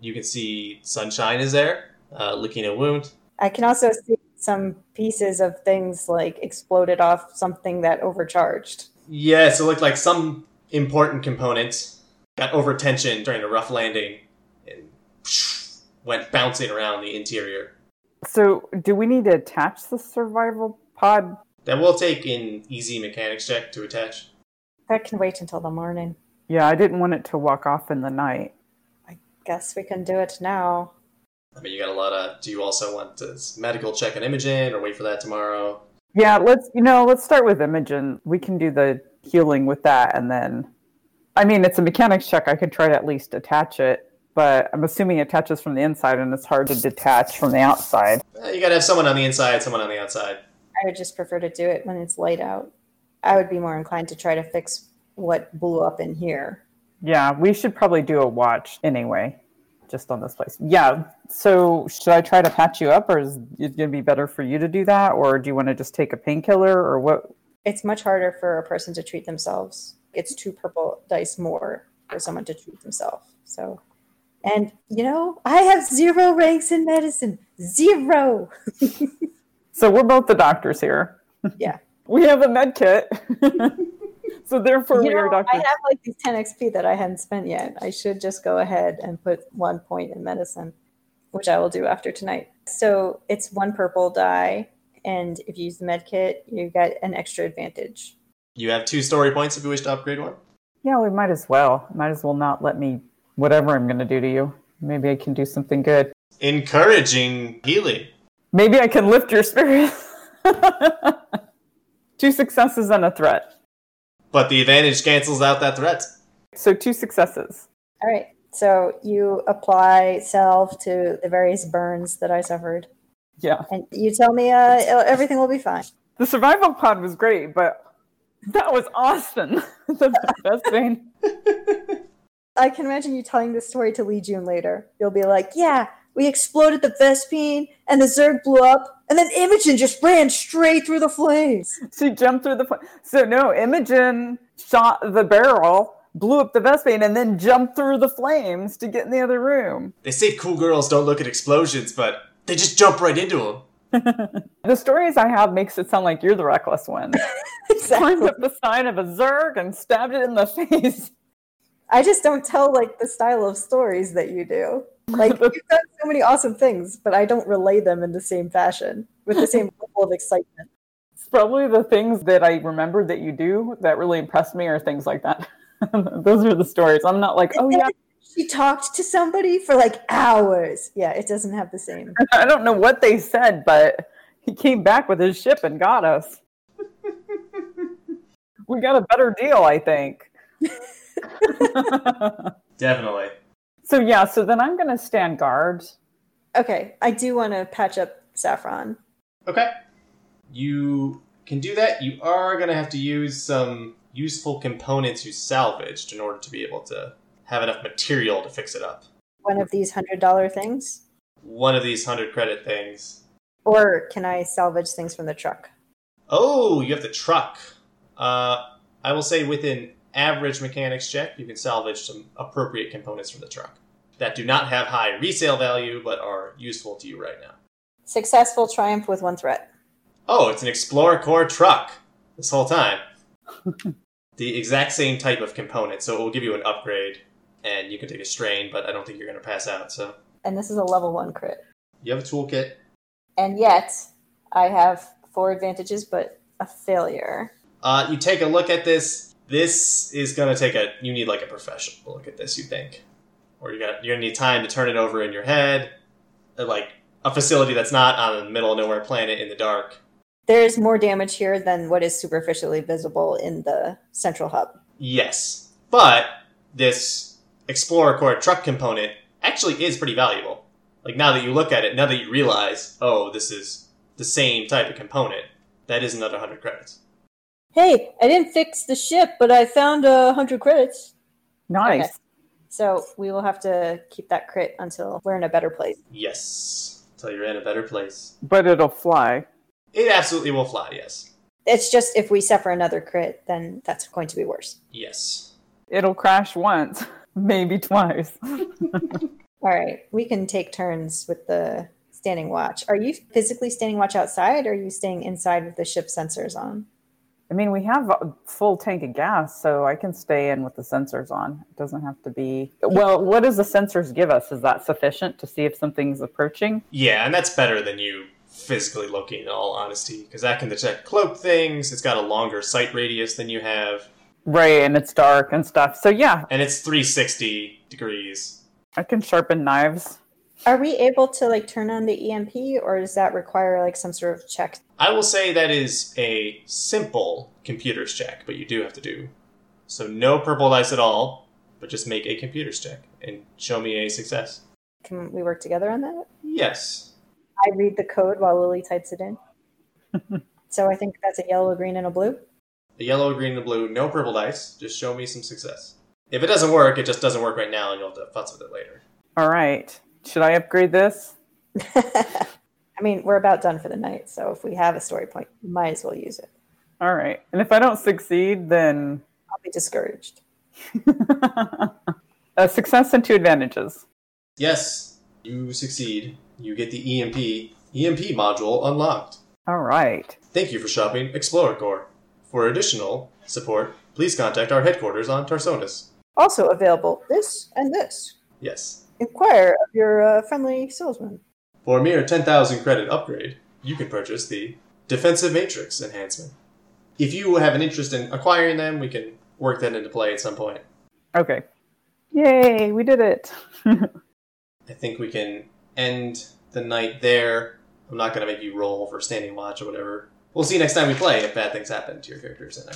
[SPEAKER 2] You can see sunshine is there, uh, licking a wound.
[SPEAKER 3] I can also see some pieces of things like exploded off something that overcharged.
[SPEAKER 2] Yes, it looked like some important component got overtension during a rough landing and went bouncing around the interior.
[SPEAKER 4] So, do we need to attach the survival pod?
[SPEAKER 2] That will take an easy mechanics check to attach.
[SPEAKER 3] That can wait until the morning.
[SPEAKER 4] Yeah, I didn't want it to walk off in the night.
[SPEAKER 3] Guess we can do it now.
[SPEAKER 2] I mean, you got a lot of. Do you also want this medical check on Imogen or wait for that tomorrow?
[SPEAKER 4] Yeah, let's you know, let's start with Imogen. We can do the healing with that, and then, I mean, it's a mechanics check. I could try to at least attach it, but I'm assuming it attaches from the inside, and it's hard to detach from the outside.
[SPEAKER 2] Eh, You gotta have someone on the inside, someone on the outside.
[SPEAKER 3] I would just prefer to do it when it's light out. I would be more inclined to try to fix what blew up in here.
[SPEAKER 4] Yeah, we should probably do a watch anyway, just on this place. Yeah. So should I try to patch you up, or is it gonna be better for you to do that, or do you want to just take a painkiller, or what?
[SPEAKER 3] It's much harder for a person to treat themselves. It's two purple dice more for someone to treat themselves. So, and you know, I have zero ranks in medicine. Zero.
[SPEAKER 4] So we're both the doctors here.
[SPEAKER 3] Yeah.
[SPEAKER 4] we have a med kit. so therefore
[SPEAKER 3] You
[SPEAKER 4] we are
[SPEAKER 3] know, I
[SPEAKER 4] doctors.
[SPEAKER 3] have like these 10 XP that I hadn't spent yet. I should just go ahead and put one point in medicine, which I will do after tonight. So it's one purple die. And if you use the med kit, you get an extra advantage.
[SPEAKER 2] You have two story points if you wish to upgrade one.
[SPEAKER 4] yeah, we might as well. Might as well not let me whatever I'm gonna do to you. Maybe I can do something good.
[SPEAKER 2] Encouraging healing.
[SPEAKER 4] Maybe I can lift your spirit. two successes and a threat.
[SPEAKER 2] But the advantage cancels out that threat.
[SPEAKER 4] So two successes.
[SPEAKER 3] All right. So you apply self to the various burns that I suffered.
[SPEAKER 4] Yeah.
[SPEAKER 3] And you tell me uh, everything will be fine.
[SPEAKER 4] The survival pod was great, but that was awesome. That's the best thing.
[SPEAKER 3] I can imagine you telling this story to Lee June later. You'll be like, yeah, we exploded the Vespine and the Zerg blew up, and then Imogen just ran straight through the flames.
[SPEAKER 4] She jumped through the pl- so no. Imogen shot the barrel, blew up the vespine, and then jumped through the flames to get in the other room.
[SPEAKER 2] They say cool girls don't look at explosions, but they just jump right into them.
[SPEAKER 4] The stories I have makes it sound like you're the reckless one. Climbed
[SPEAKER 3] exactly.
[SPEAKER 4] up the sign of a zerg and stabbed it in the face.
[SPEAKER 3] I just don't tell like the style of stories that you do. Like you've done so many awesome things, but I don't relay them in the same fashion with the same level of excitement.
[SPEAKER 4] It's probably the things that I remember that you do that really impressed me are things like that. Those are the stories. I'm not like, oh yeah,
[SPEAKER 3] She talked to somebody for like hours. Yeah, it doesn't have the same.
[SPEAKER 4] I don't know what they said, but he came back with his ship and got us. we got a better deal, I think.
[SPEAKER 2] Definitely.
[SPEAKER 4] so yeah, so then I'm gonna stand guard.
[SPEAKER 3] Okay, I do want to patch up Saffron.
[SPEAKER 2] Okay. You can do that. You are going to have to use some useful components you salvaged in order to be able to have enough material to fix it up.
[SPEAKER 3] One of these hundred dollar things.
[SPEAKER 2] One of these 100 credit things.
[SPEAKER 3] Or can I salvage things from the truck?
[SPEAKER 2] Oh, you have the truck. Uh, I will say with an average mechanics check, you can salvage some appropriate components from the truck that do not have high resale value but are useful to you right now.
[SPEAKER 3] Successful triumph with one threat.
[SPEAKER 2] Oh, it's an Explorer Core truck this whole time. the exact same type of component, so it will give you an upgrade, and you can take a strain, but I don't think you're going to pass out, so.
[SPEAKER 3] And this is a level one crit.
[SPEAKER 2] You have a toolkit.
[SPEAKER 3] And yet, I have four advantages, but a failure.
[SPEAKER 2] Uh, you take a look at this. This is going to take a. You need like a professional look at this, you think. Or you got, you're going to need time to turn it over in your head. at, Like a facility that's not on the middle of nowhere planet in the dark.
[SPEAKER 3] There is more damage here than what is superficially visible in the central hub.
[SPEAKER 2] Yes. But this Explorer Core truck component actually is pretty valuable. Like now that you look at it, now that you realize, oh, this is the same type of component, that is another 100 credits.
[SPEAKER 3] Hey, I didn't fix the ship, but I found a uh, hundred credits.
[SPEAKER 4] Nice.
[SPEAKER 3] Okay. So we will have to keep that crit until we're in a better place.
[SPEAKER 2] Yes. Until you're in a better place.
[SPEAKER 4] But it'll fly.
[SPEAKER 2] It absolutely will fly, yes.
[SPEAKER 3] It's just if we suffer another crit, then that's going to be worse.
[SPEAKER 2] Yes.
[SPEAKER 4] It'll crash once, maybe twice.
[SPEAKER 3] All right, we can take turns with the standing watch. Are you physically standing watch outside, or are you staying inside with the ship sensors on?
[SPEAKER 4] I mean, we have a full tank of gas, so I can stay in with the sensors on. It doesn't have to be. Well, what does the sensors give us? Is that sufficient to see if something's approaching?
[SPEAKER 2] Yeah, and that's better than you physically looking, in all honesty, because that can detect cloaked things. It's got a longer sight radius than you have,
[SPEAKER 4] Right, and it's dark and stuff. So yeah,
[SPEAKER 2] and it's 360 degrees.
[SPEAKER 4] I can sharpen knives.
[SPEAKER 3] Are we able to like turn on the EMP, or does that require like some sort of check?
[SPEAKER 2] I will say that is a simple computers check, but you do have to do. So no purple dice at all, but just make a computers check and show me a success.
[SPEAKER 3] Can we work together on that?
[SPEAKER 2] Yes.
[SPEAKER 3] I read the code while Lily types it in. so I think that's a yellow, a green, and a blue.
[SPEAKER 2] The yellow, green, and blue, no purple dice. Just show me some success. If it doesn't work, it just doesn't work right now, and you'll have to futz with it later.
[SPEAKER 4] All right, should I upgrade this?
[SPEAKER 3] I mean, we're about done for the night, so if we have a story point, we might as well use it.
[SPEAKER 4] All right, and if I don't succeed, then
[SPEAKER 3] I'll be discouraged.
[SPEAKER 4] a uh, success and two advantages.
[SPEAKER 2] Yes, you succeed. You get the E EMP EMP module unlocked.
[SPEAKER 4] All right.
[SPEAKER 2] Thank you for shopping Explorer Corps. For additional support, please contact our headquarters on Tarsonis.
[SPEAKER 3] Also available this and this.
[SPEAKER 2] Yes.
[SPEAKER 3] Inquire of your uh, friendly salesman.
[SPEAKER 2] For a mere 10,000 credit upgrade, you can purchase the Defensive Matrix enhancement. If you have an interest in acquiring them, we can work that into play at some point.
[SPEAKER 4] Okay. Yay, we did it.
[SPEAKER 2] I think we can end the night there. I'm not going to make you roll for standing watch or whatever. We'll see you next time we play if bad things happen to your characters in there.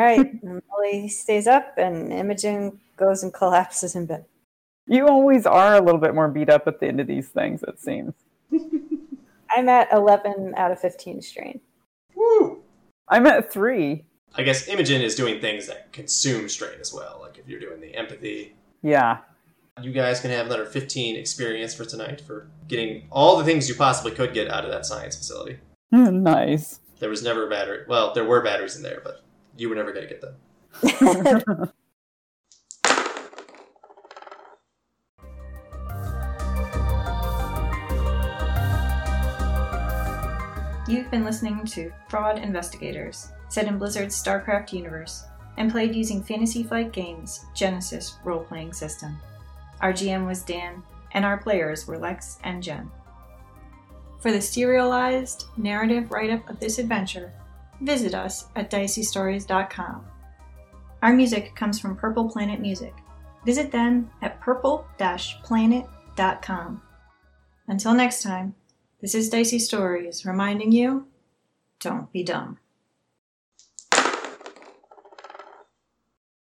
[SPEAKER 3] All right, and Molly stays up, and Imogen goes and collapses in bed.
[SPEAKER 4] you always are a little bit more beat up at the end of these things, it seems.
[SPEAKER 3] I'm at 11 out of 15 strain.
[SPEAKER 2] Woo!
[SPEAKER 4] I'm at three.
[SPEAKER 2] I guess Imogen is doing things that consume strain as well. Like if you're doing the empathy,
[SPEAKER 4] Yeah.
[SPEAKER 2] you guys can have another 15 experience for tonight for getting all the things you possibly could get out of that science facility.
[SPEAKER 4] Hmm, nice.
[SPEAKER 2] There was never a battery. Well, there were batteries in there, but you were never going to get them.
[SPEAKER 1] You've been listening to Fraud Investigators, set in Blizzard's StarCraft universe, and played using Fantasy Flight Games' Genesis role playing system. Our GM was Dan, and our players were Lex and Jen. For the serialized narrative write up of this adventure, visit us at diceystories.com. Our music comes from Purple Planet Music. Visit them at purple planet.com. Until next time, this is Dicey Stories reminding you don't be dumb.